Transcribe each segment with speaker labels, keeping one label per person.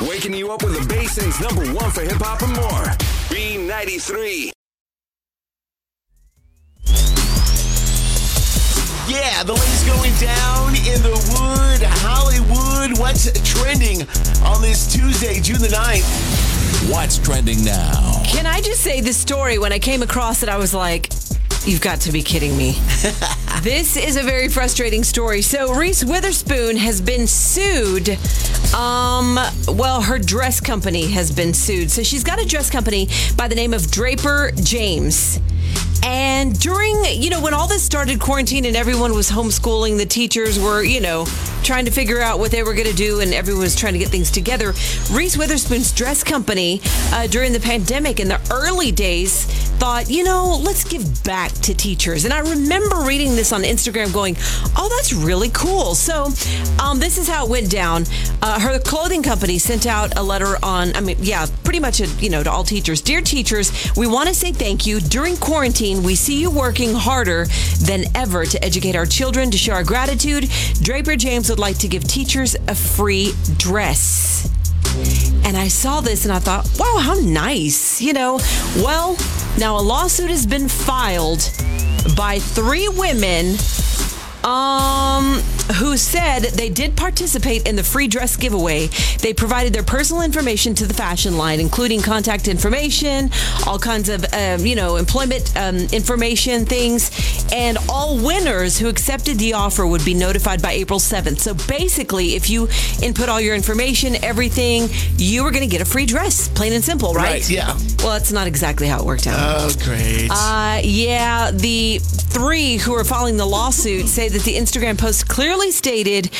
Speaker 1: Waking you up with the Basin's number one for hip hop and more. B93.
Speaker 2: Yeah, the latest going down in the wood, Hollywood. What's trending on this Tuesday, June the 9th?
Speaker 3: What's trending now?
Speaker 4: Can I just say this story? When I came across it, I was like, You've got to be kidding me. this is a very frustrating story. So, Reese Witherspoon has been sued. Um, well, her dress company has been sued. So, she's got a dress company by the name of Draper James. And during, you know, when all this started, quarantine and everyone was homeschooling, the teachers were, you know, trying to figure out what they were going to do and everyone was trying to get things together. Reese Witherspoon's dress company uh, during the pandemic in the early days thought, you know, let's give back to teachers. And I remember reading this on Instagram going, oh, that's really cool. So um, this is how it went down. Uh, her clothing company sent out a letter on, I mean, yeah, pretty much, a, you know, to all teachers. Dear teachers, we want to say thank you. During quarantine, we see you working harder than ever to educate our children, to show our gratitude. Draper James would like to give teachers a free dress. And I saw this and I thought, wow, how nice. You know, well, now a lawsuit has been filed by three women um, who said they did participate in the free dress giveaway. They provided their personal information to the fashion line, including contact information, all kinds of, um, you know, employment um, information things. And all winners who accepted the offer would be notified by April 7th. So basically, if you input all your information, everything, you are going to get a free dress, plain and simple, right?
Speaker 2: Right, yeah.
Speaker 4: Well, that's not exactly how it worked out.
Speaker 2: Oh, great.
Speaker 4: Uh, yeah, the three who are filing the lawsuit say that the Instagram post clearly stated,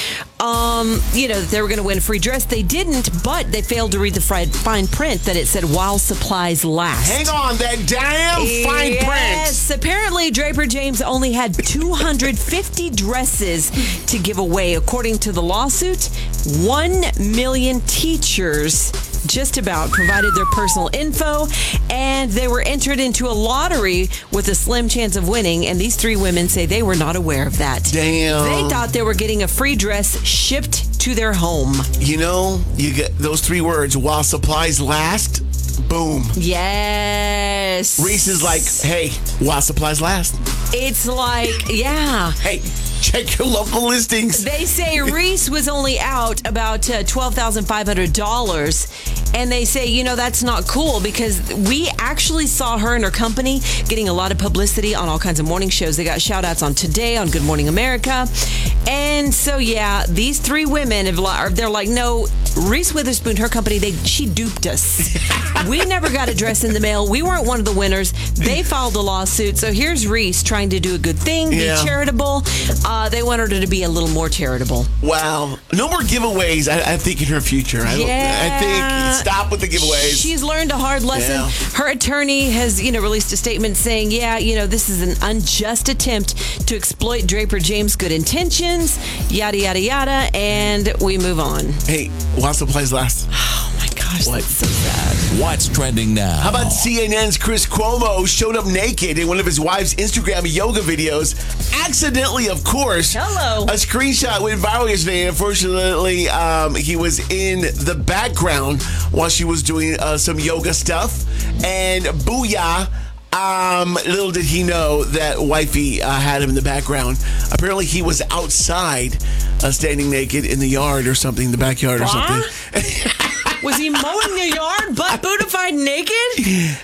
Speaker 4: um, you know, that they were going to win a free dress. They didn't, but they failed to read the fri- fine print that it said while supplies last.
Speaker 2: Hang on, that damn fine print.
Speaker 4: Yes, apparently Draper James only had 250 dresses to give away, according to the lawsuit. One million teachers, just about, provided their personal info, and they were entered into a lottery with a slim chance of winning. And these three women say they were not aware of that.
Speaker 2: Damn.
Speaker 4: They thought they were getting a free dress shipped to their home.
Speaker 2: You know, you get those three words while supplies last. Boom.
Speaker 4: Yes,
Speaker 2: Reese is like, hey, while supplies last.
Speaker 4: It's like, yeah.
Speaker 2: Hey, check your local listings.
Speaker 4: They say Reese was only out about uh, $12,500. And they say, you know, that's not cool because we actually saw her and her company getting a lot of publicity on all kinds of morning shows. They got shout outs on Today, on Good Morning America. And so, yeah, these three women, have, li- they're like, no, Reese Witherspoon, her company, they she duped us. we never got a dress in the mail. We weren't one of the winners. They filed a lawsuit. So here's Reese trying to do a good thing,
Speaker 2: Yeah.
Speaker 4: be charitable. Uh, they wanted her to be a little more charitable.
Speaker 2: Wow. No more giveaways, I, I think, in her future. I, don't- I
Speaker 4: Yeah.
Speaker 2: think stop with the giveaways.
Speaker 4: She's learned a hard lesson.
Speaker 2: Yeah.
Speaker 4: Her attorney has, you know, released a statement saying, "Yeah, you know, this is an unjust attempt to exploit Draper James' good intentions, yada yada yada," and we move on.
Speaker 2: hey, while supplies last.
Speaker 4: Oh my gosh,
Speaker 2: What?
Speaker 4: that's so sad.
Speaker 3: What's trending now?
Speaker 2: How about CNN's Chris Cuomo showed up naked in one of his wife's Instagram yoga videos? Accidentally, of course.
Speaker 4: Hello.
Speaker 2: A screenshot went viral yesterday. Unfortunately, um, he was in the background while she was doing uh, some yoga stuff. And booyah. Um, little did he know that wifey uh, had him in the background. Apparently, he was outside, uh, standing naked in the yard or something, the backyard or
Speaker 4: Huh?
Speaker 2: something.
Speaker 4: Was he mowing the yard, butt bootified, naked,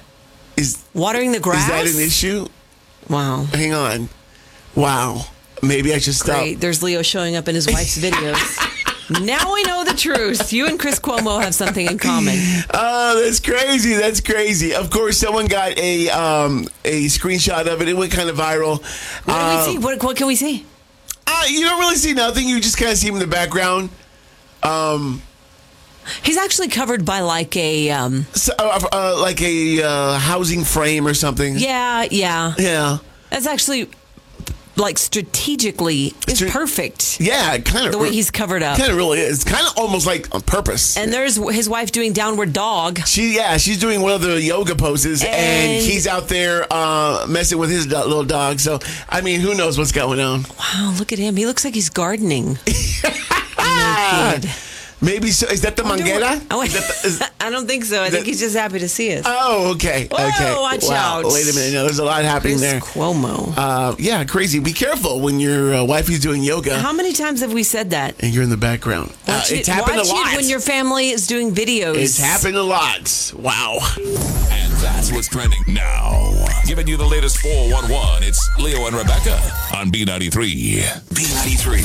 Speaker 2: Is
Speaker 4: watering the grass?
Speaker 2: is that an issue?
Speaker 4: Wow.
Speaker 2: Hang on. Wow. Maybe I should stop.
Speaker 4: Great. There's Leo showing up in his wife's videos. Now we know the truth. You and Chris Cuomo have something in common.
Speaker 2: Oh, that's crazy. That's crazy. Of course, someone got a um, a screenshot of it. It went kind of viral.
Speaker 4: What do
Speaker 2: Uh,
Speaker 4: we see? What, what can we see?
Speaker 2: uh, you don't really see nothing. You just kind of see him in the background.
Speaker 4: He's actually covered by like a um
Speaker 2: So, uh, uh, like a uh, housing frame or something.
Speaker 4: yeah, yeah.
Speaker 2: Yeah.
Speaker 4: That's actually like strategically it's
Speaker 2: Stra-
Speaker 4: perfect
Speaker 2: Yeah, kind of.
Speaker 4: the way he's covered up.
Speaker 2: Kind of really is. Kind of almost like on purpose.
Speaker 4: And there's his wife doing downward dog.
Speaker 2: She yeah, she's doing one of the yoga poses, and,
Speaker 4: And-
Speaker 2: he's out there uh, messing with his do- little dog. So I mean, who knows what's going on?
Speaker 4: Wow, look at him. He looks like he's gardening.
Speaker 2: Ah, Maybe so. Is that the
Speaker 4: Don't
Speaker 2: manguera?
Speaker 4: worry. Oh,
Speaker 2: Oh,
Speaker 4: I,
Speaker 2: Is that the- is-
Speaker 4: went- I don't think so. I think he's just happy to see us.
Speaker 2: oh, okay.
Speaker 4: Whoa,
Speaker 2: okay.
Speaker 4: watch
Speaker 2: wow.
Speaker 4: out.
Speaker 2: Wait a minute. No, there's a lot happening
Speaker 4: Chris
Speaker 2: there.
Speaker 4: Cuomo.
Speaker 2: Uh, yeah, crazy. Be careful when your uh, wife is doing yoga
Speaker 4: How many times have we said that?
Speaker 2: and you're in the background. Uh,
Speaker 4: Uh-huh. Watch
Speaker 2: it's happened a
Speaker 4: watch
Speaker 2: lot.
Speaker 4: it when your family is doing videos.
Speaker 2: it's happened a lot. Wow.
Speaker 3: And that's what's trending now. Giving you the latest 411, it's Leo and Rebecca on B93. B93.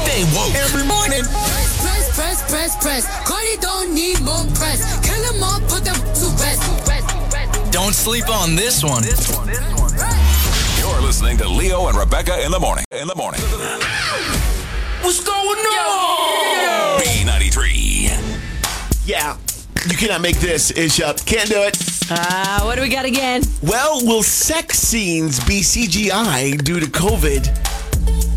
Speaker 3: Stay woke.
Speaker 2: Every morning.
Speaker 5: Press, press, press, press. Cardi don't need more press. Kill 'em all, put them to rest.
Speaker 6: Don't sleep on this one.
Speaker 3: You're listening to Leo and Rebecca in the morning. In the morning.
Speaker 6: What's going on?
Speaker 3: B93.
Speaker 2: Yeah. You cannot make this ish up. Can't do it.
Speaker 4: Uh, what do we got again?
Speaker 2: Well, will sex scenes be CGI due to COVID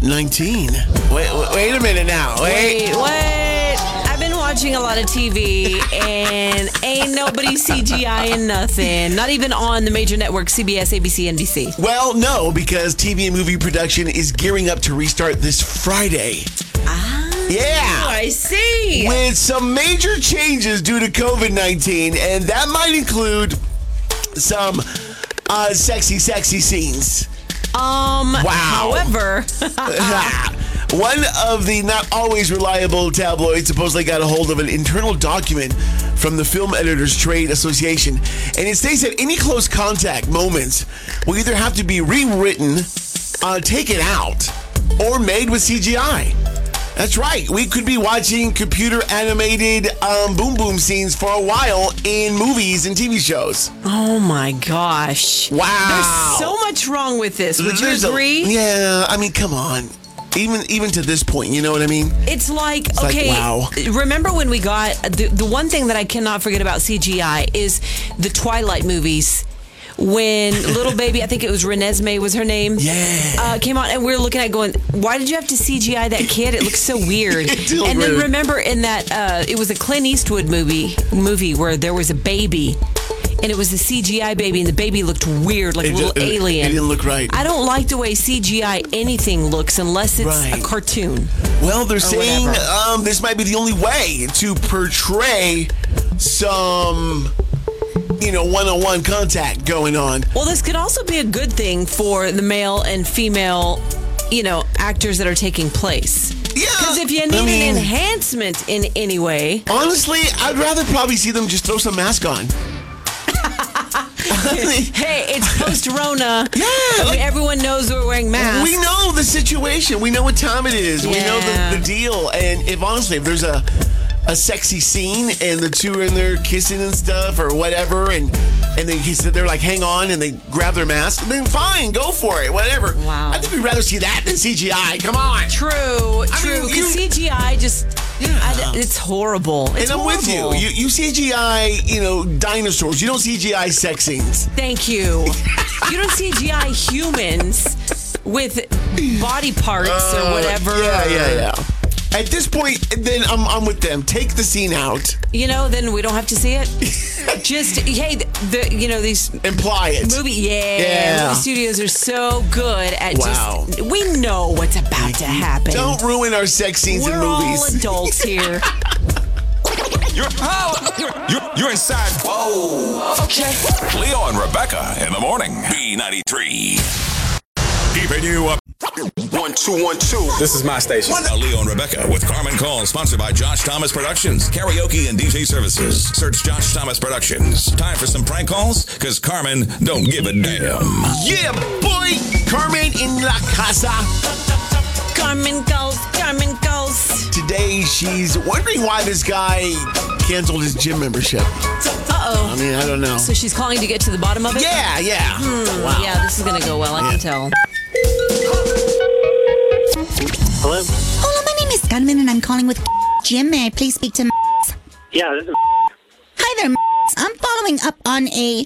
Speaker 2: 19? Wait, wait a minute now. Wait.
Speaker 4: Wait, what? I've been watching a lot of TV and ain't nobody CGI in nothing. Not even on the major network CBS, ABC, NBC.
Speaker 2: Well, no, because TV and movie production is gearing up to restart this Friday. Ah. Yeah.
Speaker 4: I see.
Speaker 2: with some major changes due to COVID 19, and that might include some uh, sexy, sexy scenes.
Speaker 4: Um. However,
Speaker 2: One of the not always reliable tabloids supposedly got a hold of an internal document from the Film Editors Trade Association, and it states that any close contact moments will either have to be rewritten, uh, taken out, or made with CGI. That's right. We could be watching computer animated um, boom boom scenes for a while in movies and TV shows.
Speaker 4: oh my gosh.
Speaker 2: Wow.
Speaker 4: There's so much wrong with this. Would you
Speaker 2: There's a-
Speaker 4: agree?
Speaker 2: yeah. I mean, come on. Even even to this point, you know what I mean?
Speaker 4: It's like
Speaker 2: like,
Speaker 4: okay.
Speaker 2: wow.
Speaker 4: Remember when we got the the one thing that I cannot forget about CGI is the Twilight movies. When little baby, I think it was Renesmee was her name.
Speaker 2: Yeah.
Speaker 4: uh, came out, and we were looking at it going, why did you have to CGI that kid? It looks so weird.
Speaker 2: It did look
Speaker 4: and then
Speaker 2: weird.
Speaker 4: remember in that uh, it was a Clint Eastwood movie movie where there was a baby, and it was a CGI baby, and the baby looked weird, like
Speaker 2: It
Speaker 4: a little
Speaker 2: ju- it-
Speaker 4: alien.
Speaker 2: it didn't look right.
Speaker 4: I don't like the way CGI anything looks unless it's
Speaker 2: Right.
Speaker 4: a cartoon.
Speaker 2: Well, they're saying
Speaker 4: whatever.
Speaker 2: um, this might be the only way to portray some, you know, one-on-one contact going on.
Speaker 4: Well, this could also be a good thing for the male and female, you know, actors that are taking place.
Speaker 2: Yeah,
Speaker 4: Because if you
Speaker 2: I
Speaker 4: need
Speaker 2: mean-
Speaker 4: an enhancement in any way,
Speaker 2: Honestly, I'd rather probably see them just throw some mask on.
Speaker 4: hey, it's post Rona.
Speaker 2: Yeah,
Speaker 4: I mean,
Speaker 2: like-
Speaker 4: everyone knows we're wearing masks.
Speaker 2: We know the situation. We know what time it is. We know
Speaker 4: Yeah.
Speaker 2: the, the deal. And if honestly, if there's a a sexy scene and the two are in there kissing and stuff or whatever, and and then he said they're like, hang on, and they grab their mask, then fine, go for it, whatever.
Speaker 4: Wow.
Speaker 2: I think we'd rather see that than CGI. Come on.
Speaker 4: True, true.
Speaker 2: you-
Speaker 4: Because CGI just,
Speaker 2: Yeah.
Speaker 4: I- it's horrible. It's
Speaker 2: And I'm with you.
Speaker 4: horrible.
Speaker 2: you. You CGI, you know, dinosaurs. You don't CGI sex scenes.
Speaker 4: Thank you. you don't CGI humans with body parts or whatever.
Speaker 2: Uh, Yeah, yeah, yeah. At this point, then I'm, I'm with them. Take the scene out.
Speaker 4: You know, then we don't have to see it. just hey, the, the you know these
Speaker 2: Imply it.
Speaker 4: movie yeah,
Speaker 2: Yeah.
Speaker 4: movie studios are so good at
Speaker 2: Wow.
Speaker 4: just we know what's about to happen.
Speaker 2: Don't ruin our sex scenes
Speaker 4: we're
Speaker 2: in movies.
Speaker 4: all adults here.
Speaker 3: You're, you're, you're inside. Whoa. Okay. Leo and Rebecca in the morning. B93. Keeping you up.
Speaker 1: One, two, one, two.
Speaker 7: This is my station.
Speaker 3: Now, Leo and Rebecca with Carmen Call, sponsored by Josh Thomas Productions, karaoke and DJ services. Search Josh Thomas Productions. Time for some prank calls, because Carmen don't give a damn.
Speaker 2: Yeah, boy! Carmen in la casa.
Speaker 4: Carmen goes, Carmen goes.
Speaker 2: Today, she's wondering why this guy canceled his gym membership. I
Speaker 4: Uh oh.
Speaker 2: mean, I don't know.
Speaker 4: So Hmm. she's calling to get to the bottom of it?
Speaker 2: Yeah, yeah. Wow.
Speaker 4: Yeah, this is going to go well. I
Speaker 2: Yeah.
Speaker 4: can tell.
Speaker 8: Hello?
Speaker 9: Hello, my name is Gunman, and I'm calling with Jim. May I please speak to?
Speaker 8: Yeah, this is.
Speaker 9: Hi there. I'm following up on a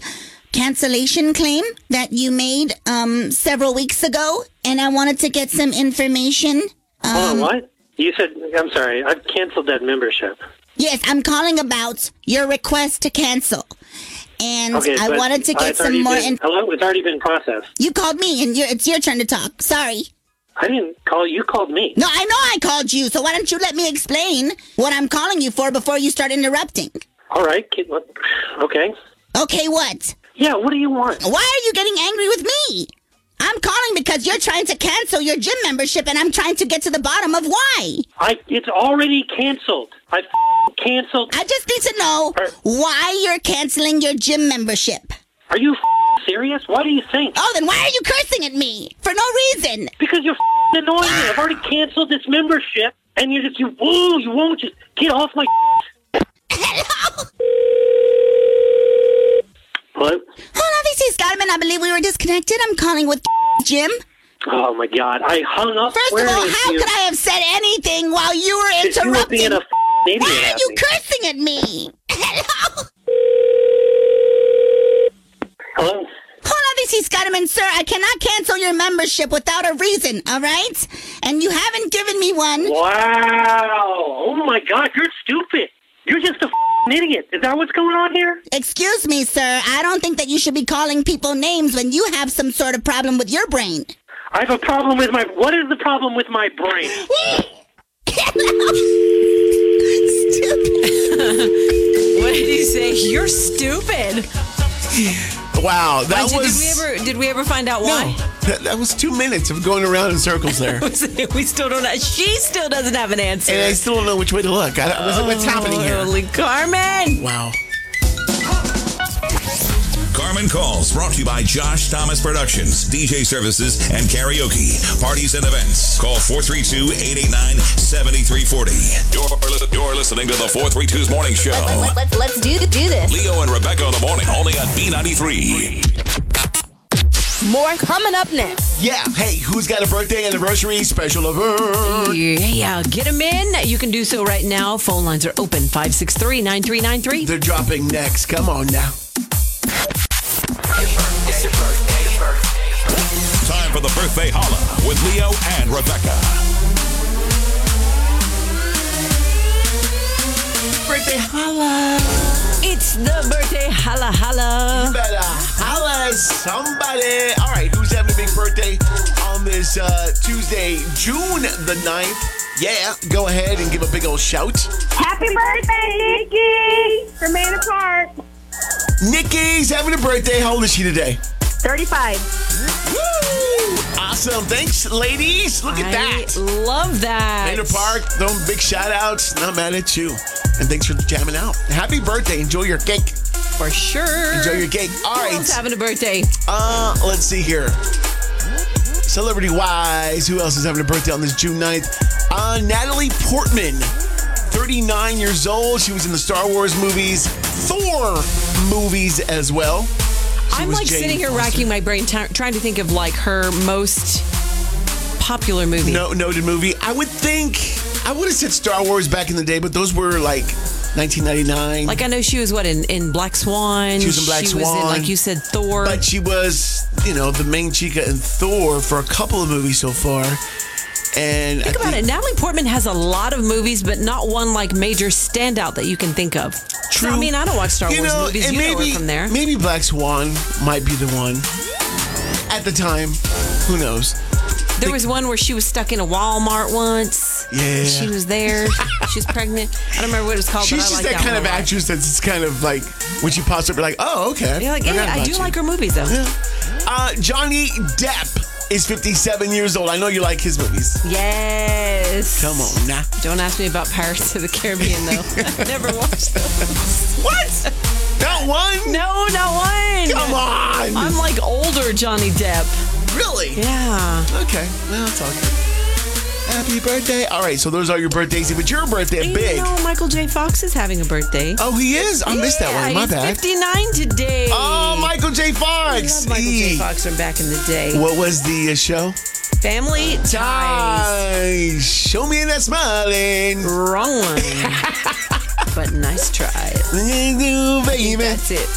Speaker 9: cancellation claim that you made um, several weeks ago, and I wanted to get some information. Um,
Speaker 8: Hold on, what? You said. I'm sorry. I've canceled that membership.
Speaker 9: Yes, I'm calling about your request to cancel, and
Speaker 8: Okay,
Speaker 9: I
Speaker 8: but
Speaker 9: wanted to
Speaker 8: it's
Speaker 9: get some
Speaker 8: already
Speaker 9: more.
Speaker 8: Been,
Speaker 9: in-
Speaker 8: hello, it's already been processed.
Speaker 9: you called me, and you it's your turn to talk. Sorry.
Speaker 8: I didn't call you. Called me.
Speaker 9: No, I know I called you, so why don't you let me explain what I'm calling you for before you start interrupting?
Speaker 8: All right. kid, what- Okay.
Speaker 9: Okay, what?
Speaker 8: Yeah. What do you want?
Speaker 9: Why are you getting angry with me? I'm calling because you're trying to cancel your gym membership and I'm trying to get to the bottom of why.
Speaker 8: I. It's already canceled. I f- canceled.
Speaker 9: I just need to know
Speaker 8: Uh,
Speaker 9: why you're canceling your gym membership.
Speaker 8: Are you f- serious? What do you think?
Speaker 9: Oh, then why are you cursing at me? For no reason.
Speaker 8: Because you're f- annoying me. I've already canceled this membership, and you're just you. Whoa! You won't just get off my.
Speaker 9: Hello?
Speaker 8: What?
Speaker 9: Hold on, this is Scottman. I believe we were disconnected. I'm calling with Jim.
Speaker 8: Oh my God! I hung up.
Speaker 9: First
Speaker 8: swearing
Speaker 9: of all,
Speaker 8: at
Speaker 9: how
Speaker 8: you.
Speaker 9: could I have said anything while you were
Speaker 8: You were
Speaker 9: interrupting?
Speaker 8: being a f- idiot.
Speaker 9: why are
Speaker 8: at
Speaker 9: you
Speaker 8: me.
Speaker 9: cursing at me? Hello?
Speaker 8: Hello.
Speaker 9: Hold on, this is Scottman, sir. I cannot cancel your membership without a reason, all right? And you haven't given me one.
Speaker 8: Wow! Oh my God! You're stupid. You're just a f- idiot. Is that what's going on here?
Speaker 9: Excuse me, sir. I don't think that you should be calling people names when you have some sort of problem with your brain.
Speaker 8: I have a problem with my. What is the problem with my brain?
Speaker 9: Stupid.
Speaker 4: What did he say? You're stupid.
Speaker 2: Wow, that
Speaker 4: Did,
Speaker 2: was
Speaker 4: did we ever did we ever find out why?
Speaker 2: that, that was two minutes of going around in circles there, and
Speaker 4: we still don't. Have, she still doesn't have an answer.
Speaker 2: I still don't know which way to look. I, was like, what's happening here?
Speaker 4: Holy Carmen!
Speaker 2: Wow.
Speaker 3: Carmen Calls brought to you by Josh Thomas Productions, DJ Services, and Karaoke, Parties and Events. Call 432 889 7340. You're listening to the 432's Morning Show.
Speaker 7: Let's, let's do, do this.
Speaker 3: Leo and Rebecca in the morning, only on B93.
Speaker 7: More coming up next.
Speaker 2: Yeah. Hey, who's got a birthday anniversary special event?
Speaker 4: Yeah, uh, get them in. You can do so right now. Phone lines are open 563 9393.
Speaker 2: They're dropping next. Come on now.
Speaker 3: Time for the birthday holla with Leo and Rebecca.
Speaker 2: Birthday holla.
Speaker 4: It's the birthday holla holla.
Speaker 2: Better holla at somebody. All right, who's having a big birthday on this uh, Tuesday, June the 9th? Yeah, go ahead and give a big old shout.
Speaker 10: Happy birthday, Nikki! From Manor Park.
Speaker 2: Nikki's having a birthday. How old is she today?
Speaker 10: 35.
Speaker 2: Woo! Awesome. Thanks, ladies. Look at that.
Speaker 4: I love that.
Speaker 2: Later Park, throwing big shout outs. Not mad at you. And thanks for jamming out. Happy birthday. Enjoy your cake.
Speaker 4: For sure.
Speaker 2: Enjoy your cake. All
Speaker 4: Who else
Speaker 2: right.
Speaker 4: having a birthday?
Speaker 2: Uh, let's see here. Celebrity wise, who else is having a birthday on this June 9th? Uh, Natalie Portman, 39 years old. She was in the Star Wars movies, Thor movies as well. She
Speaker 4: I'm
Speaker 2: was
Speaker 4: like
Speaker 2: Jane
Speaker 4: sitting here
Speaker 2: Foster.
Speaker 4: racking my brain, ty- trying to think of like her most popular movie.
Speaker 2: No, noted movie. I would think, I would have said Star Wars back in the day, but those were like 1999.
Speaker 4: Like I know she was what in, in Black Swan.
Speaker 2: She was in Black
Speaker 4: She was in,
Speaker 2: Swan.
Speaker 4: like you said, Thor.
Speaker 2: But she was, you know, the main chica in Thor for a couple of movies so far. And
Speaker 4: think about it. Natalie Portman has a lot of movies, but not one like major standout that you can think of. So, I mean, I don't watch Star
Speaker 2: you
Speaker 4: Wars
Speaker 2: know,
Speaker 4: movies.
Speaker 2: and
Speaker 4: You know
Speaker 2: maybe,
Speaker 4: her from there.
Speaker 2: Maybe Black Swan might be the one. At the time, who knows?
Speaker 4: Oh, There was one where she was stuck in a Walmart once.
Speaker 2: Yeah.
Speaker 4: She was there. she was pregnant. I don't remember what it was called,
Speaker 2: She's
Speaker 4: but I
Speaker 2: just
Speaker 4: like
Speaker 2: that,
Speaker 4: that,
Speaker 2: kind
Speaker 4: one
Speaker 2: of
Speaker 4: a lot.
Speaker 2: actress that's just kind of like when she pops up, you're like, oh, okay.
Speaker 4: You're like,
Speaker 2: forgot
Speaker 4: hey, I
Speaker 2: about
Speaker 4: do
Speaker 2: you."
Speaker 4: like her movies though. Yeah.
Speaker 2: Uh, Johnny Depp is 57 years old. I know you like his movies.
Speaker 4: Yes.
Speaker 2: Come on, now.
Speaker 4: Don't ask me about Pirates of the Caribbean though. I never watched those. What?
Speaker 2: That one?
Speaker 4: No, not one.
Speaker 2: Come on.
Speaker 4: I'm like older Johnny Depp.
Speaker 2: really?
Speaker 4: Yeah.
Speaker 2: Okay, well, it's all good. Happy birthday. All right, so those are your birthdays, but your birthday
Speaker 4: And
Speaker 2: big.
Speaker 4: You know, Michael J. Fox is having a birthday.
Speaker 2: Oh, he is? I missed that one.
Speaker 4: Yeah,
Speaker 2: My
Speaker 4: he's
Speaker 2: bad.
Speaker 4: 59 today.
Speaker 2: Oh, Michael J.
Speaker 4: I
Speaker 2: Fox.
Speaker 4: love Michael J.
Speaker 2: Eek.
Speaker 4: Fox from back in the day.
Speaker 2: What was the uh, show?
Speaker 4: Family ties.
Speaker 2: Guys, show me that smiling.
Speaker 4: Wrong one. but nice try.
Speaker 2: You, baby.
Speaker 4: That's it.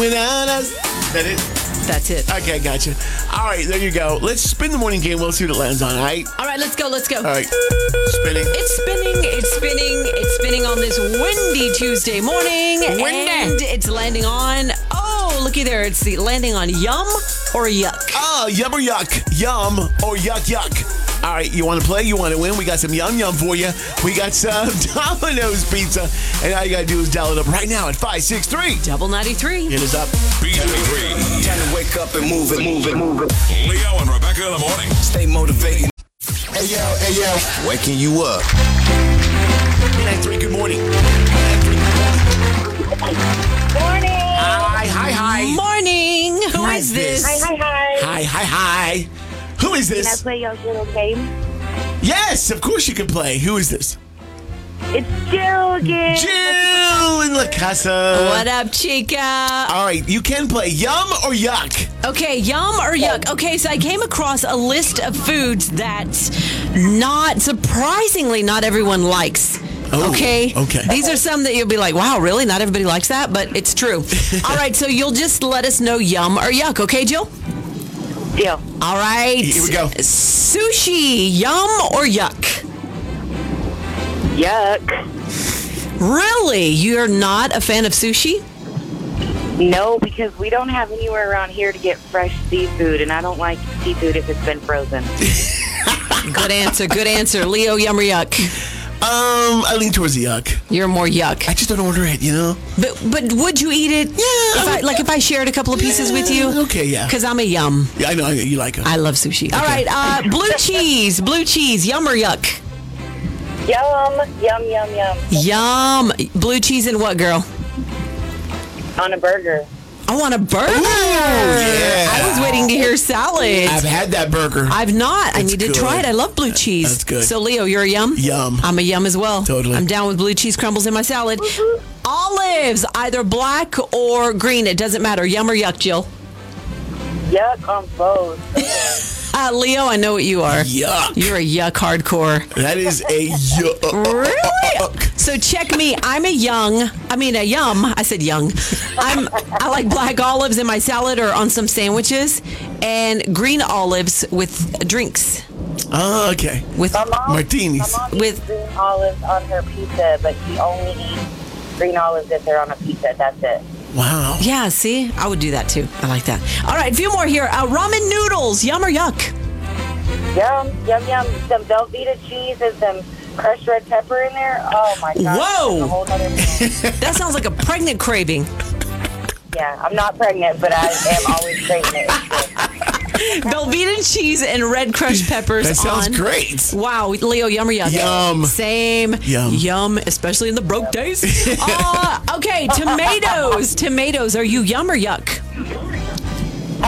Speaker 2: Without us. That it?
Speaker 4: That's it.
Speaker 2: Okay, gotcha. All right, there you go. Let's spin the morning game. We'll see what it lands on, all right?
Speaker 4: All right, let's go. Let's go.
Speaker 2: All right, spinning.
Speaker 4: It's spinning, it's spinning, it's spinning on this windy Tuesday morning.
Speaker 2: Windy.
Speaker 4: And it's landing on, oh, looky there. It's the landing on yum or yuck.
Speaker 2: Ah, yum or yuck. Yum or yuck yuck. All right, you want to play? You want to win? We got some yum yum for you. We got some Domino's pizza, and all you got to do is dial it up right now at five six three
Speaker 4: double ninety three.
Speaker 2: It is up.
Speaker 3: Time
Speaker 11: to wake up and move it, move it, move it.
Speaker 3: Leo and Rebecca in the morning.
Speaker 11: Stay motivated. Hey yo, hey yo. Waking you up.
Speaker 2: three. Good morning.
Speaker 10: Morning. Hi,
Speaker 2: hi, hi.
Speaker 4: Morning. Who is this?
Speaker 10: Hi, hi, hi.
Speaker 2: Hi hi hi. Who is
Speaker 10: Can I
Speaker 2: this?
Speaker 10: play your little game?
Speaker 2: Yes, of course you can play. Who is this?
Speaker 10: It's Jill again.
Speaker 2: Jill in La Casa.
Speaker 4: What up, Chica?
Speaker 2: All right, you can play yum or yuck.
Speaker 4: Okay, yum or
Speaker 2: Oh.
Speaker 4: yuck? Okay, so I came across a list of foods that not surprisingly not everyone likes.
Speaker 2: Oh,
Speaker 4: okay.
Speaker 2: okay.
Speaker 4: These are some that you'll be like, wow, really? Not everybody likes that, but it's true. All right, so you'll just let us know yum or yuck, okay, Jill?
Speaker 10: Jill.
Speaker 4: All right.
Speaker 2: Here we go.
Speaker 4: Sushi, yum or yuck?
Speaker 10: Yuck.
Speaker 4: Really? You're not a fan of sushi?
Speaker 10: No, because we don't have anywhere around here to get fresh seafood, and I don't like seafood if it's been frozen.
Speaker 4: Good answer. Good answer. Leo, yum or yuck?
Speaker 2: Um, I lean towards the yuck.
Speaker 4: You're more yuck.
Speaker 2: I just don't order it, you know.
Speaker 4: But but would you eat it?
Speaker 2: Yeah,
Speaker 4: If
Speaker 2: I
Speaker 4: I,
Speaker 2: would-
Speaker 4: like if I shared a couple of pieces with you,
Speaker 2: Okay, yeah.
Speaker 4: because I'm a yum.
Speaker 2: Yeah, I know I- you like it.
Speaker 4: I love sushi. All right, uh, blue cheese, blue cheese, yum or yuck?
Speaker 10: Yum, yum, yum, yum.
Speaker 4: Yum. Blue cheese and what, girl?
Speaker 10: On a burger.
Speaker 4: I want a burger.
Speaker 2: yeah.
Speaker 4: I was waiting to hear salad.
Speaker 2: I've had that burger.
Speaker 4: I've not. I
Speaker 2: That's
Speaker 4: need to try
Speaker 2: good.
Speaker 4: it. I love blue cheese.
Speaker 2: That's good.
Speaker 4: So, Leo, you're a yum?
Speaker 2: Yum.
Speaker 4: I'm a yum as well.
Speaker 2: Totally. Mm-hmm.
Speaker 4: I'm down with blue cheese crumbles in my salad. Olives, either black or green. It doesn't matter. Yum or yuck, Jill?
Speaker 10: Yuck on both.
Speaker 4: Uh, Leo, I know what you are.
Speaker 2: yuck.
Speaker 4: You're a yuck hardcore.
Speaker 2: That is a yuck.
Speaker 4: Really? So check me. I'm a young. I mean a yum. I said young. I'm. I like black olives in my salad or on some sandwiches, and green olives with drinks.
Speaker 2: Oh, okay.
Speaker 4: With
Speaker 10: My mom,
Speaker 2: Martinis.
Speaker 10: My mom eats
Speaker 4: With-
Speaker 10: green olives on her pizza, but she only eats green olives if they're on a pizza. That's it.
Speaker 2: Wow.
Speaker 4: yeah. See, I would do that too. I like that. All right, a few more here. Uh, ramen noodles. Yum or yuck?
Speaker 10: Yum, yum, yum. Some Velveeta cheese and some crushed red pepper in there. Oh my god.
Speaker 4: Whoa.
Speaker 10: that's a whole nother meal.
Speaker 4: That sounds like a pregnant craving.
Speaker 10: yeah, I'm not pregnant, but I am always pregnant.
Speaker 4: Velveeta cheese and red crushed peppers.
Speaker 2: That sounds
Speaker 4: on.
Speaker 2: great.
Speaker 4: Wow, Leo, yum or yuck?
Speaker 2: Yum.
Speaker 4: Same.
Speaker 2: Yum.
Speaker 4: Yum, especially in the broke days. uh, okay, tomatoes. tomatoes, are you yum or yuck?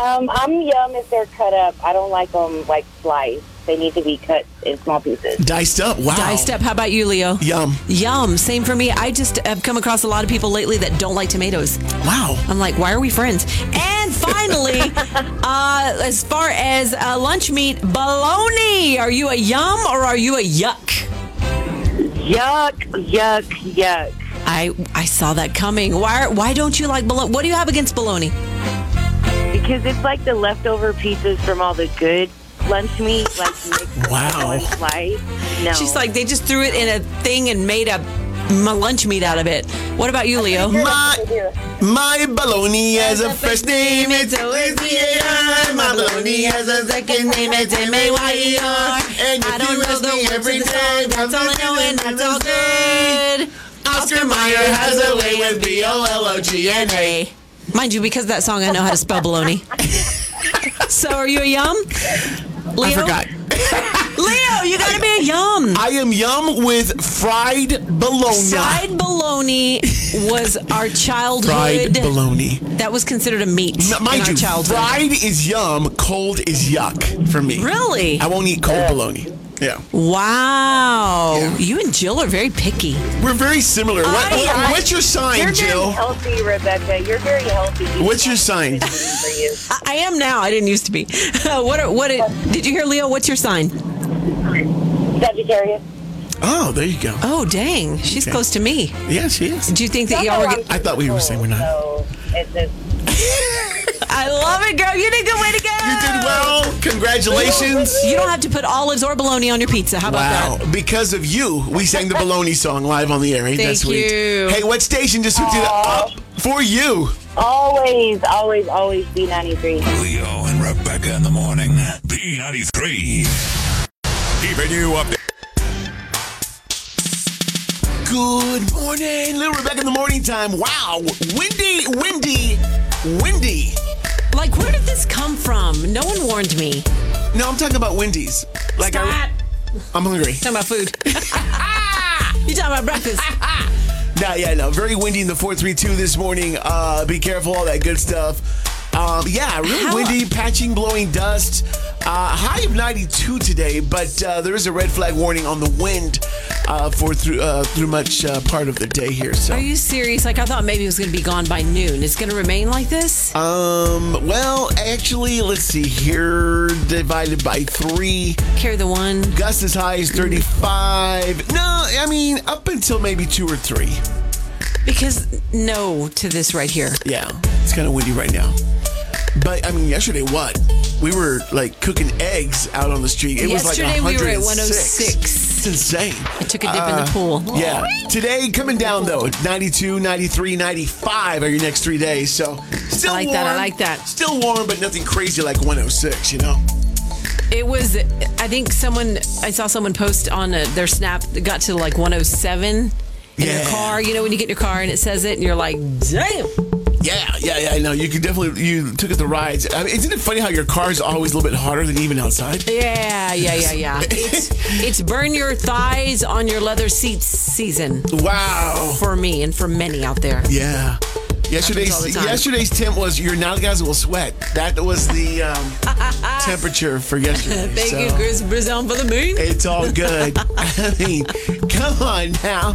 Speaker 10: Um, I'm yum if they're cut up. I don't like them like sliced. They need to be cut in small pieces.
Speaker 2: Diced up. Wow.
Speaker 4: Diced up. How about you, Leo?
Speaker 2: Yum.
Speaker 4: Yum. Same for me. I just have come across a lot of people lately that don't like tomatoes.
Speaker 2: Wow.
Speaker 4: I'm like, why are we friends? And finally, uh, as far as uh, lunch meat, bologna. Are you a yum or are you a yuck?
Speaker 10: Yuck, yuck, yuck.
Speaker 4: I I saw that coming. Why why don't you like bologna? What do you have against bologna?
Speaker 10: Because it's like the leftover pieces from all the good lunch meat, like mixed
Speaker 2: Wow.
Speaker 10: in one slice. No.
Speaker 4: She's like they just threw it in a thing and made a m- lunch meat out of it. What about you, Leo?
Speaker 2: My my baloney has a first name. It's always B-A-I. My baloney has a second name. It's M-A-Y-E-R. E And
Speaker 4: E I
Speaker 2: if
Speaker 4: don't
Speaker 2: you
Speaker 4: know
Speaker 2: ask
Speaker 4: the
Speaker 2: me
Speaker 4: words
Speaker 2: every
Speaker 4: of the
Speaker 2: time,
Speaker 4: song. That's all I know, and that's all good.
Speaker 2: Oscar Mayer has a way with B-O-L-O-G-N-A.
Speaker 4: Mind you, because of that song, I know how to spell bologna. so, are you a yum? Leo?
Speaker 2: I forgot.
Speaker 4: Leo, you gotta be a yum.
Speaker 2: I am yum with fried bologna.
Speaker 4: Fried bologna was our
Speaker 2: fried
Speaker 4: childhood.
Speaker 2: bologna.
Speaker 4: That was considered a meat
Speaker 2: M-
Speaker 4: in
Speaker 2: Mind
Speaker 4: our
Speaker 2: you,
Speaker 4: childhood.
Speaker 2: fried is yum, cold is yuck for me.
Speaker 4: Really?
Speaker 2: I won't eat cold bologna. Yeah.
Speaker 4: Wow.
Speaker 2: Yeah.
Speaker 4: You and Jill are very picky.
Speaker 2: We're very similar. What,
Speaker 4: I-
Speaker 2: what- what's your
Speaker 10: You're
Speaker 2: sign,
Speaker 10: very
Speaker 2: Jill?
Speaker 10: healthy, Rebecca. You're very healthy. You
Speaker 2: What's your
Speaker 10: have
Speaker 2: sign?
Speaker 10: good for you.
Speaker 4: I, I am now. I didn't used to be. what are, what are- did you hear Leo? What's your sign?
Speaker 10: Sagittarius.
Speaker 2: Oh, there you go.
Speaker 4: Oh, dang. She's
Speaker 2: Okay.
Speaker 4: close to me.
Speaker 2: Yeah, she is.
Speaker 4: Do you think that y'all were
Speaker 10: I'm
Speaker 4: get-
Speaker 2: I thought we were saying we're not.
Speaker 10: So it's just,
Speaker 4: I love it, girl. You did a good way to go.
Speaker 2: You did well. Congratulations.
Speaker 4: You don't have to put olives or bologna on your pizza. How about
Speaker 2: Wow.
Speaker 4: that?
Speaker 2: Because of you, we sang the baloney song live on the air. Ain't that
Speaker 4: Thank
Speaker 2: sweet?
Speaker 4: you.
Speaker 2: Hey, what station just hooked it up for you?
Speaker 10: always, always, always B93.
Speaker 3: Leo and Rebecca in the morning. B93. Keeping you up.
Speaker 2: Good morning, little Rebecca in the morning time. Wow, windy, windy, windy.
Speaker 4: Like, where did this come from? No one warned me.
Speaker 2: No, I'm talking about Wendy's. Like, I, I'm hungry.
Speaker 4: Talking about food. you talking about breakfast?
Speaker 2: Nah, yeah, no. Very windy in the 432 this morning. Uh, be careful, all that good stuff. Um, yeah, really windy, patching, blowing dust. Uh, high of 92 today, but uh, there is a red flag warning on the wind uh, for through, uh, through much uh, part of the day here. So
Speaker 4: Are you serious? Like, I thought maybe it was going to be gone by noon. It's going to remain like this?
Speaker 2: Um, well, actually, let's see here. Divided by three.
Speaker 4: Carry the one.
Speaker 2: Gust as high as 35. No, I mean, up until maybe two or three.
Speaker 4: Because no to this right here.
Speaker 2: Yeah, it's kind of windy right now. But, I mean, yesterday, what? We were like cooking eggs out on the street. It was like
Speaker 4: Yesterday we were at
Speaker 2: 106.
Speaker 4: 106.
Speaker 2: It's insane.
Speaker 4: I took a dip in the
Speaker 2: Uh,
Speaker 4: pool.
Speaker 2: Yeah. Today, coming down though, 92, 93, 95 are your next three days. So still
Speaker 4: I like
Speaker 2: warm,
Speaker 4: that. I like that.
Speaker 2: Still warm, but nothing crazy like 106, you know?
Speaker 4: It was, I think someone, I saw someone post on uh their snap, it got to like 107 in their
Speaker 2: Yeah.
Speaker 4: car. You know, when you get in your car and it says it and you're like, damn.
Speaker 2: Yeah, yeah, yeah. I know. You could definitely, you took it the rides. I mean, isn't it funny how your car's always a little bit hotter than even outside?
Speaker 4: Yeah, yeah, yeah, yeah. It's, it's burn your thighs on your leather seats season.
Speaker 2: Wow.
Speaker 4: For me and for many out there.
Speaker 2: Yeah. Yesterday's
Speaker 4: all the time.
Speaker 2: yesterday's temp was your now guys will sweat. That was the um, temperature for yesterday.
Speaker 4: Thank you,
Speaker 2: so.
Speaker 4: Chris Brizon, for the moon.
Speaker 2: It's all good. I mean, come on now.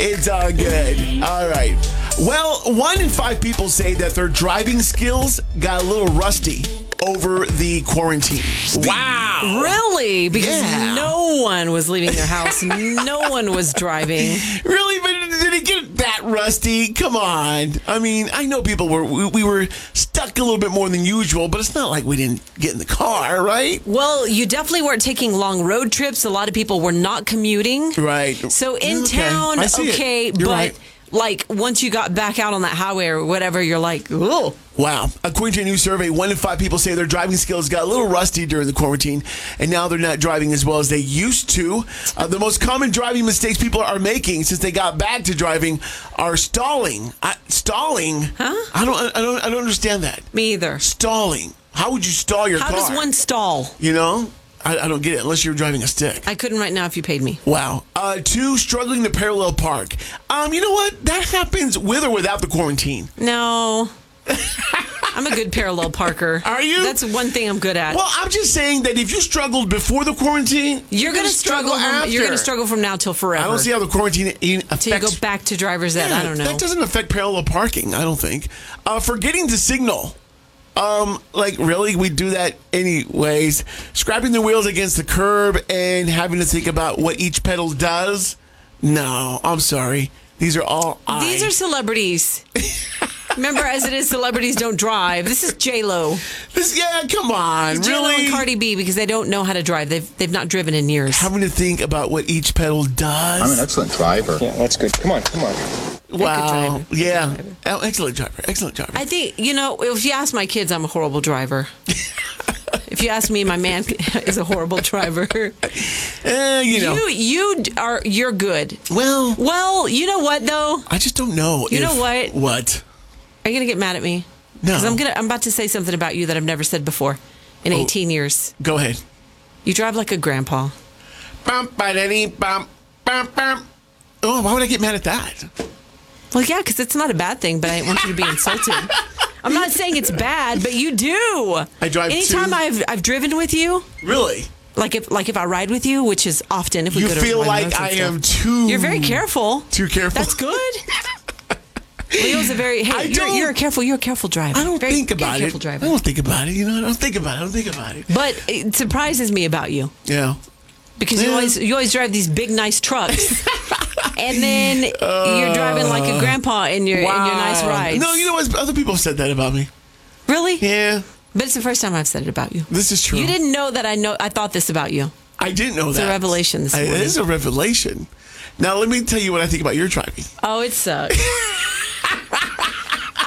Speaker 2: It's all good. All right. Well, one in five people say that their driving skills got a little rusty over the quarantine. Wow.
Speaker 4: Really? Because
Speaker 2: Yeah.
Speaker 4: no one was leaving their house. no one was driving.
Speaker 2: Really? But did it get that rusty? Come on. I mean, I know people were, we, we were stuck a little bit more than usual, but it's not like we didn't get in the car, right?
Speaker 4: Well, you definitely weren't taking long road trips. A lot of people were not commuting.
Speaker 2: Right.
Speaker 4: So in
Speaker 2: Okay.
Speaker 4: town,
Speaker 2: I see it.
Speaker 4: okay,
Speaker 2: You're
Speaker 4: but
Speaker 2: right.
Speaker 4: like once you got back out on that highway or whatever, you're like, oh.
Speaker 2: Wow. According to a new survey, one in five people say their driving skills got a little rusty during the quarantine, and now they're not driving as well as they used to. Uh, the most common driving mistakes people are making since they got back to driving are stalling. I, stalling? Huh? I don't, I, don't, I don't understand that.
Speaker 4: Me either.
Speaker 2: Stalling. How would you stall your
Speaker 4: How
Speaker 2: car?
Speaker 4: does one stall?
Speaker 2: You know? I, I don't get it unless you're driving a stick.
Speaker 4: I couldn't right now if you paid me.
Speaker 2: Wow. Uh, two, struggling to parallel park. Um, you know what? That happens with or without the quarantine.
Speaker 4: No. I'm a good parallel parker. Are
Speaker 2: you?
Speaker 4: That's one thing I'm good at.
Speaker 2: Well, I'm just saying that if you struggled before the quarantine,
Speaker 4: you're gonna struggle. from, you're
Speaker 2: after.
Speaker 4: gonna struggle from now till forever.
Speaker 2: I don't see how the quarantine in- affects.
Speaker 4: till you go back to driver's ed. I
Speaker 2: Yeah,
Speaker 4: don't know.
Speaker 2: That doesn't affect parallel parking. I don't think. Uh, forgetting to signal. Um, like really, we do that anyways. Scrapping the wheels against the curb and having to think about what each pedal does. No, I'm sorry. These are all I.
Speaker 4: These are celebrities. Remember, as it is, celebrities don't drive. This is J Lo.
Speaker 2: This, yeah, come on,
Speaker 4: J-Lo
Speaker 2: really?
Speaker 4: and Cardi B because they don't know how to drive. They've they've not driven in years.
Speaker 2: having to think about what each pedal does.
Speaker 12: I'm an excellent driver. Yeah, that's good. Come on, come on.
Speaker 2: Wow. Yeah. Oh, excellent driver. Excellent driver.
Speaker 4: I think you know. If you ask my kids, I'm a horrible driver. if you ask me, my man is a horrible driver.
Speaker 2: Eh, you know.
Speaker 4: You you are you're good.
Speaker 2: Well,
Speaker 4: well, you know what though?
Speaker 2: I just don't know.
Speaker 4: You
Speaker 2: if-
Speaker 4: know what?
Speaker 2: What?
Speaker 4: Are you gonna get mad at me?
Speaker 2: No.
Speaker 4: 'Cause I'm gonna I'm about to say something about you that I've never said before
Speaker 2: Oh.
Speaker 4: in 18 years.
Speaker 2: Go ahead.
Speaker 4: You drive like a grandpa.
Speaker 2: Bum, ba-da-dee, bum, bum, bum. Oh, why would I get mad at that?
Speaker 4: Well, yeah, because it's not a bad thing, but I didn't want you to be insulted. I'm not saying it's bad, but you do.
Speaker 2: I drive
Speaker 4: Anytime
Speaker 2: to-
Speaker 4: I've I've driven with you.
Speaker 2: Really?
Speaker 4: Like if like if I ride with you, which is often if we
Speaker 2: You
Speaker 4: go to
Speaker 2: feel
Speaker 4: my
Speaker 2: like
Speaker 4: mom's and
Speaker 2: I
Speaker 4: stuff.
Speaker 2: am too.
Speaker 4: You're very careful.
Speaker 2: Too careful.
Speaker 4: That's good. Leo's a very hey. You're,
Speaker 2: don't-
Speaker 4: you're a careful. You're a careful driver.
Speaker 2: I don't
Speaker 4: Very-
Speaker 2: think
Speaker 4: very
Speaker 2: about
Speaker 4: careful
Speaker 2: it.
Speaker 4: driver.
Speaker 2: I don't think about it. You know, I don't think about it. I don't think about it.
Speaker 4: But it surprises me about you
Speaker 2: Yeah.
Speaker 4: because you
Speaker 2: Yeah.
Speaker 4: always you always drive these big nice trucks, and then you're driving like a grandpa in your in your nice
Speaker 2: Wow.
Speaker 4: rides.
Speaker 2: Uh, No, you know what? Other people have said that about me.
Speaker 4: really?
Speaker 2: Yeah.
Speaker 4: But it's the first time I've said it about you.
Speaker 2: This is true.
Speaker 4: You didn't know that I know. I thought this about you.
Speaker 2: I didn't know
Speaker 4: It's a
Speaker 2: that.
Speaker 4: revelation this
Speaker 2: I- It
Speaker 4: morning.
Speaker 2: is a revelation. Now, let me tell you what I think about your driving.
Speaker 4: Oh, it sucks.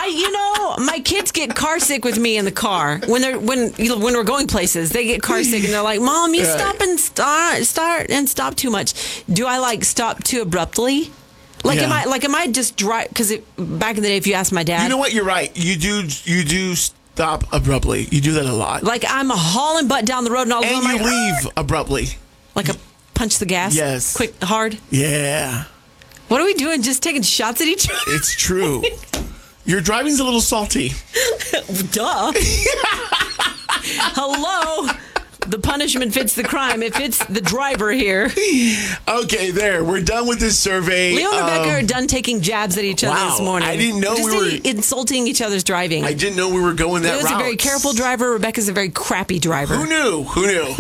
Speaker 4: I, you know, my kids get car sick with me in the car when they're when you know, when we're going places. They get car sick and they're like, "Mom, you
Speaker 6: Right.
Speaker 4: stop and start, start and stop too much. Do I like stop too abruptly? Like am
Speaker 2: Yeah.
Speaker 4: I like am I just drive? Because back in the day, if you asked my dad,
Speaker 2: You know what? You're right. You do. You do stop abruptly. You do that a lot.
Speaker 4: like I'm hauling butt down the road and all of a
Speaker 2: and
Speaker 4: sudden I'm
Speaker 2: you
Speaker 4: like,
Speaker 2: leave abruptly.
Speaker 4: like a punch the gas,
Speaker 2: Yes.
Speaker 4: quick, hard.
Speaker 2: Yeah,
Speaker 4: What are we doing? Just taking shots at each other?
Speaker 2: it's true. Your driving's a little salty.
Speaker 4: Duh. Hello. The punishment fits the crime. If it's the driver here.
Speaker 2: Okay, there. We're done with this survey.
Speaker 4: Leo and Rebecca
Speaker 2: Um,
Speaker 4: are done taking jabs at each other
Speaker 2: wow,
Speaker 4: this morning.
Speaker 2: I didn't know
Speaker 4: Just
Speaker 2: we were-
Speaker 4: in- insulting each other's driving.
Speaker 2: I didn't know we were going that
Speaker 4: Leo's
Speaker 2: route.
Speaker 4: a very careful driver. Rebecca's a very crappy driver. Who
Speaker 2: knew? Who knew?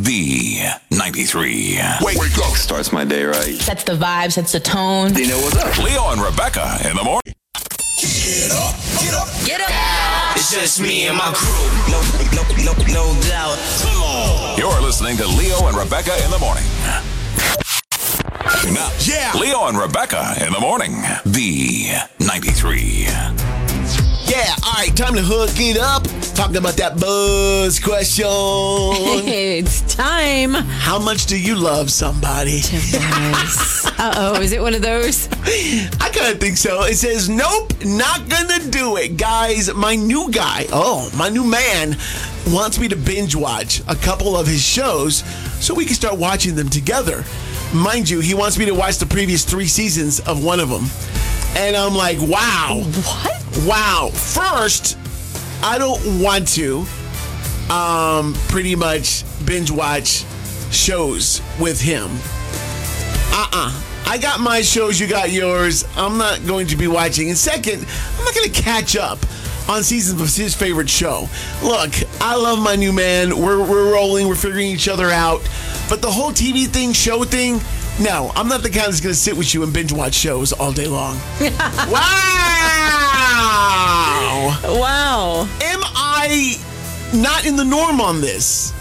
Speaker 3: The 93.
Speaker 2: Wake,
Speaker 3: up. Starts my day right.
Speaker 13: Sets the vibe, sets the tone.
Speaker 3: They know what's up. Leo and Rebecca in the morning.
Speaker 13: Get up.
Speaker 6: It's just me and my crew. No, no, no, no doubt. Come on.
Speaker 3: You're listening to Leo and Rebecca in the morning. Now, yeah. Leo and Rebecca in the morning. The 93.
Speaker 2: Yeah, all right, time to hook it up. Talking about that buzz question.
Speaker 4: it's time.
Speaker 2: How much do you love somebody?
Speaker 4: uh oh, is it one of those?
Speaker 2: I kind of think so. It says, nope, not gonna do it. Guys, my new guy, oh, my new man, wants me to binge watch a couple of his shows so we can start watching them together. Mind you, he wants me to watch the previous three seasons of one of them. And I'm like, wow. What? Wow. First, I don't want to um, pretty much binge watch shows with him. Uh uh I got my shows, you got yours. I'm not going to be watching. And second, I'm not going to catch up on seasons of his favorite show. Look, I love my new man. We're, we're rolling, we're figuring each other out. But the whole TV thing, show thing, no, I'm not the kind that's going to sit with you and binge watch shows all day long. wow!
Speaker 4: Wow.
Speaker 2: Am I not in the norm on this?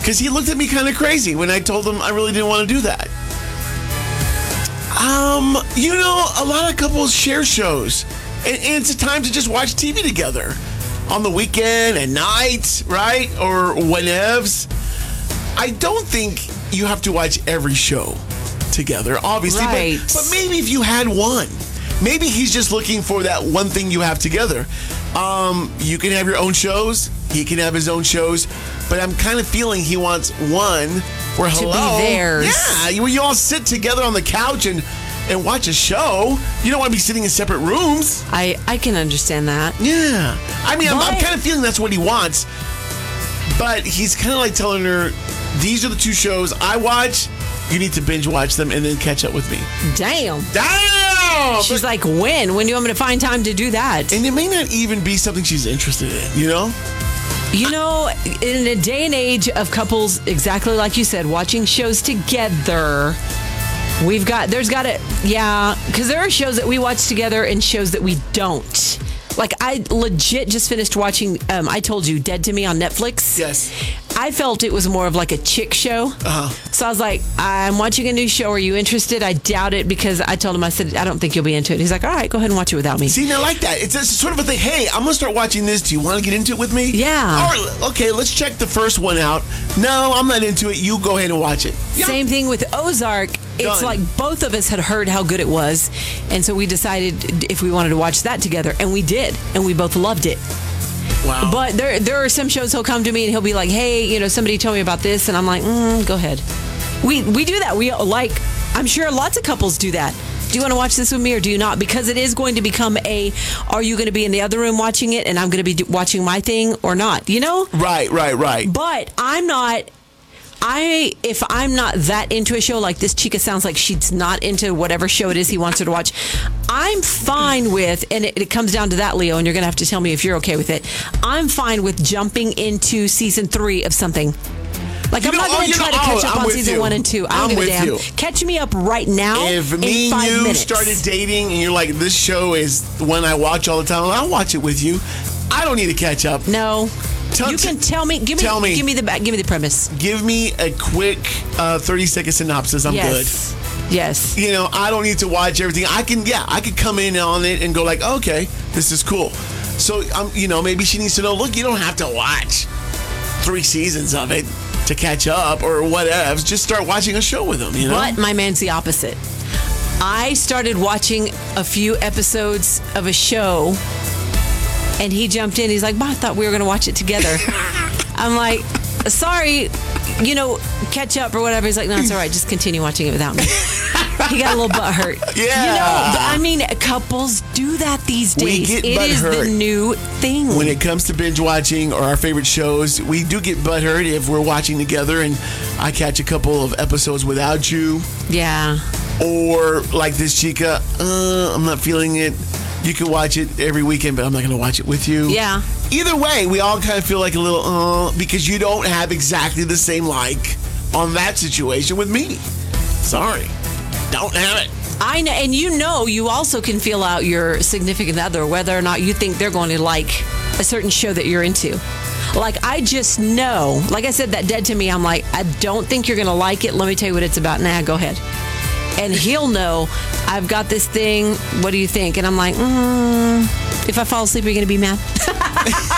Speaker 2: Because he looked at me kind of crazy when I told him I really didn't want to do that. Um, you know, a lot of couples share shows, and, and it's a time to just watch TV together on the weekend and night, right? Or whatevs. I don't think you have to watch every show together, obviously, but-
Speaker 6: Right.
Speaker 2: but maybe if you had one, maybe he's just looking for that one thing you have together. Um, you can have your own shows. He can have his own shows, but I'm kind of feeling he wants one where
Speaker 4: To be
Speaker 2: hello,
Speaker 4: theirs.
Speaker 2: yeah, you, you all sit together on the couch and and watch a show. You don't want to be sitting in separate rooms.
Speaker 4: I I can understand that.
Speaker 2: Yeah, I mean, I'm, I'm
Speaker 4: But-
Speaker 2: kind of feeling that's what he wants, but he's kind of like telling her, "These are the two shows I watch. You need to binge watch them and then catch up with me."
Speaker 4: Damn.
Speaker 2: Damn.
Speaker 4: She's like, when? When do you want me to find time to do that?
Speaker 2: And it may not even be something she's interested in, you know?
Speaker 4: You know, in a day and age of couples, exactly like you said, watching shows together, we've got, there's got to, yeah, because there are shows that we watch together and shows that we don't. Like, I legit just finished watching, um, I told you, Dead to Me on Netflix.
Speaker 2: Yes.
Speaker 4: I felt it was more of like a chick show. Uh-huh. So I was like, I'm watching a new show. Are you interested? I doubt it because I told him, I said, I don't think you'll be into it. He's like, all right, go ahead and watch it without me.
Speaker 2: See, and I like that. It's, it's sort of a thing. Hey, I'm gonna start watching this. Do you want to get into it with me?
Speaker 4: Yeah.
Speaker 2: Or okay, let's check the first one out. No, I'm not into it. You go ahead and watch it.
Speaker 4: Same thing with Ozark. It's
Speaker 2: Done.
Speaker 4: like both of us had heard how good it was, and so we decided if we wanted to watch that together, and we did, and we both loved it.
Speaker 2: Wow.
Speaker 4: But there, there are some shows he'll come to me and he'll be like, "Hey, you know, somebody told me about this," and I'm like, mm, "Go ahead." We we do that. We like. I'm sure lots of couples do that. Do you want to watch this with me or do you not? Because it is going to become a. Are you going to be in the other room watching it, and I'm going to be do- watching my thing or not? You know.
Speaker 2: Right, right, right.
Speaker 4: But I'm not. I if I'm not that into a show like this chica sounds like she's not into whatever show it is he wants her to watch. I'm fine with and it, it comes down to that Leo and you're going to have to tell me if you're okay with it. I'm fine with jumping into season 3 of something. Like
Speaker 2: You
Speaker 4: I'm
Speaker 2: know,
Speaker 4: not
Speaker 2: oh,
Speaker 4: going
Speaker 2: you
Speaker 4: to try
Speaker 2: know,
Speaker 4: to catch
Speaker 2: oh,
Speaker 4: up
Speaker 2: I'm
Speaker 4: on
Speaker 2: with
Speaker 4: season
Speaker 2: you.
Speaker 4: 1 and 2. I don't
Speaker 2: I'm
Speaker 4: give
Speaker 2: with
Speaker 4: a damn.
Speaker 2: you.
Speaker 4: Catch me up right now
Speaker 2: If
Speaker 4: in
Speaker 2: me
Speaker 4: 5
Speaker 2: and you
Speaker 4: minutes.
Speaker 2: started dating and you're like, this show is the one I watch all the time, I'll watch it with you. I don't need to catch up.
Speaker 4: No. you can tell me give me
Speaker 2: tell me.
Speaker 4: give me the ba- give me the premise.
Speaker 2: Give me a quick uh, 30 second synopsis. I'm
Speaker 4: Yes. good. Yes.
Speaker 2: You know, I don't need to watch everything. I can, yeah, I could come in on it and go like, okay, this is cool. So, um, you know, maybe she needs to know. Look, you don't have to watch three seasons of it to catch up or whatever. Just start watching a show with them. You know.
Speaker 4: But my man's the opposite. I started watching a few episodes of a show and he jumped in. He's like, "Bah, I thought we were going to watch it together. I'm like, sorry, you know, catch up or whatever. He's like, no, it's all right. Just continue watching it without me. he got a little butt hurt.
Speaker 2: Yeah.
Speaker 4: You know, but I mean, couples do that these
Speaker 2: We
Speaker 4: days.
Speaker 2: get
Speaker 4: It
Speaker 2: butt
Speaker 4: is
Speaker 2: hurt.
Speaker 4: the new thing.
Speaker 2: When it comes to binge watching or our favorite shows, we do get butthurt if we're watching together and I catch a couple of episodes without you.
Speaker 4: Yeah.
Speaker 2: Or like this chica, uh, I'm not feeling it. You can watch it every weekend, but I'm not going to watch it with you.
Speaker 4: Yeah.
Speaker 2: Either way, we all kind of feel like a little uh because you don't have exactly the same like on that situation with me. Sorry. Don't have it.
Speaker 4: I know, and you know, you also can feel out your significant other whether or not you think they're going to like a certain show that you're into. Like, I just know, like I said, that dead to me, I'm like, I don't think you're going to like it. Let me tell you what it's about. Nah, go ahead. And he'll know, I've got this thing. What do you think? And I'm like, mm, if I fall asleep, are you going to be mad?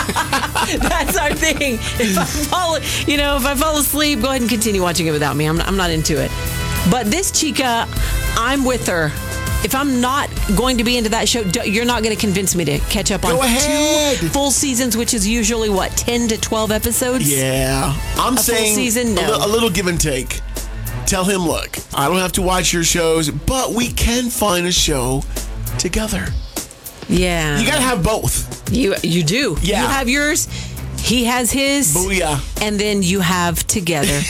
Speaker 4: That's our thing. If I fall, you know, if I fall asleep, go ahead and continue watching it without me. I'm, I'm not into it. But this chica, I'm with her. If I'm not going to be into that show, d- you're not going to convince me to catch up on
Speaker 2: Go ahead.
Speaker 4: two full seasons, which is usually what ten to twelve episodes.
Speaker 2: Yeah, I'm
Speaker 4: a
Speaker 2: saying
Speaker 4: full season. No,
Speaker 2: a, li- a little give and take. Tell him, look, I don't have to watch your shows, but we can find a show together.
Speaker 4: yeah,
Speaker 2: You gotta have both.
Speaker 4: You you do.
Speaker 2: Yeah.
Speaker 4: You have yours. He has his.
Speaker 2: Booyah.
Speaker 4: And then you have together.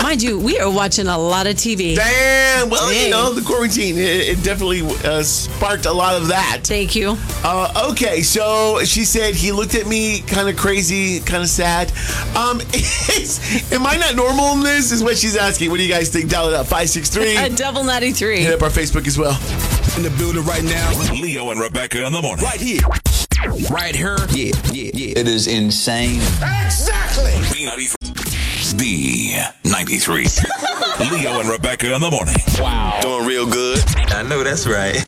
Speaker 4: Mind you, we are watching a lot of TV.
Speaker 2: Damn. Well, you know, the quarantine it, it definitely uh, sparked a lot of that.
Speaker 4: Thank you.
Speaker 2: Uh, okay, so she said he looked at me kind of crazy, kind of sad. Um, is, am I not normal in this? Is what she's asking. What do you guys think? Dial it up five six three.
Speaker 4: A double ninety three.
Speaker 2: Hit up our Facebook as well.
Speaker 3: In the building right now, Leo and Rebecca in the morning. Right here. Right here.
Speaker 6: Yeah, yeah, yeah. It is insane.
Speaker 3: Exactly. B93. Leo and Rebecca in the morning. Wow.
Speaker 6: Doing real good. I know that's right.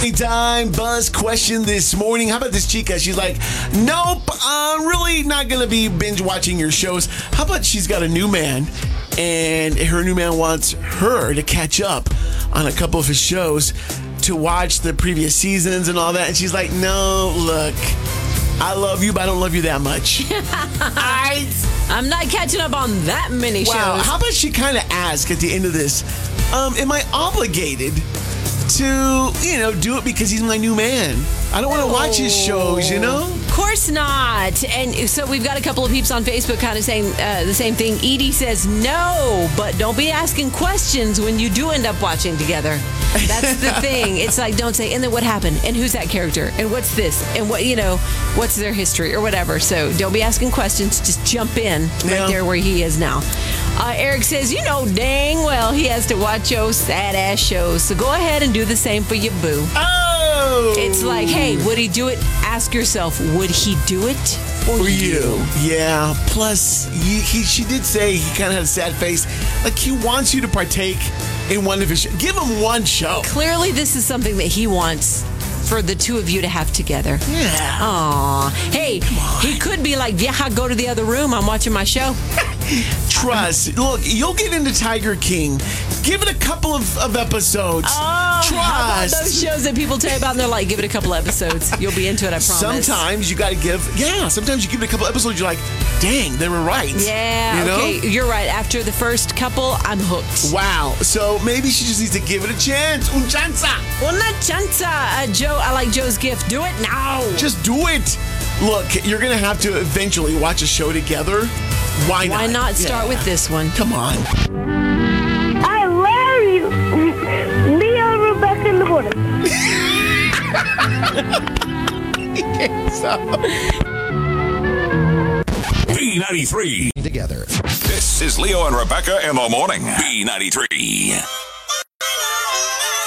Speaker 2: Anytime buzz question this morning. How about this chica? She's like, nope, I'm really not gonna be binge watching your shows. How about she's got a new man, and her new man wants her to catch up on a couple of his shows to watch the previous seasons and all that. And she's like, no, look, I love you, but I don't love you that much.
Speaker 4: I, I'm not catching up on that many
Speaker 2: Wow.
Speaker 4: shows.
Speaker 2: How about she kind of ask at the end of this, um, am I obligated to, you know, do it because he's my new man? I don't want to watch his
Speaker 4: Oh.
Speaker 2: shows, you know?
Speaker 4: Of course not. And so we've got a couple of peeps on Facebook kind of saying uh, the same thing. Edie says no, but don't be asking questions when you do end up watching together. That's the thing. It's like don't say. And then what happened? And who's that character? And what's this? And what you know? What's their history or whatever? So don't be asking questions. Just jump in
Speaker 2: Yeah.
Speaker 4: right there where he is now. Uh, Eric says, you know dang well he has to watch your sad ass shows. So go ahead and do the same for your boo.
Speaker 2: Oh!
Speaker 4: It's like, hey, would he do it? Ask yourself, would he do it for,
Speaker 2: For you. Yeah. Plus, he, he, she did say he kind of had a sad face. Like, he wants you to partake in one of his shows. Give him one show.
Speaker 4: Clearly, this is something that he wants for the two of you to have together.
Speaker 2: Yeah.
Speaker 4: Aw. Hey, he could be like, yeah, go to the other room. I'm watching my show.
Speaker 2: Trust. Look, you'll get into Tiger King. Give it a couple of, of episodes.
Speaker 4: Oh, how about
Speaker 2: Trust.
Speaker 4: those shows that people tell you about and they're like, give it a couple episodes. You'll be into it, I promise.
Speaker 2: Sometimes you got to give, yeah. Sometimes you give it a couple episodes. You're like, dang, they were right.
Speaker 4: Yeah.
Speaker 2: You know?
Speaker 4: Okay, you're right. After the first couple, I'm hooked.
Speaker 2: Wow. So maybe she just needs to give it a chance. Un chanza.
Speaker 4: Una chanza. Uh, Joe, I like Joe's gift. Do it now.
Speaker 2: Just do it. Look, you're gonna have to eventually watch a show together. Why not?
Speaker 4: Why not start with this one?
Speaker 2: Come on.
Speaker 14: I love you, Leo, Rebecca, and Horton.
Speaker 3: B93. Together. This is Leo and Rebecca in the morning. B93.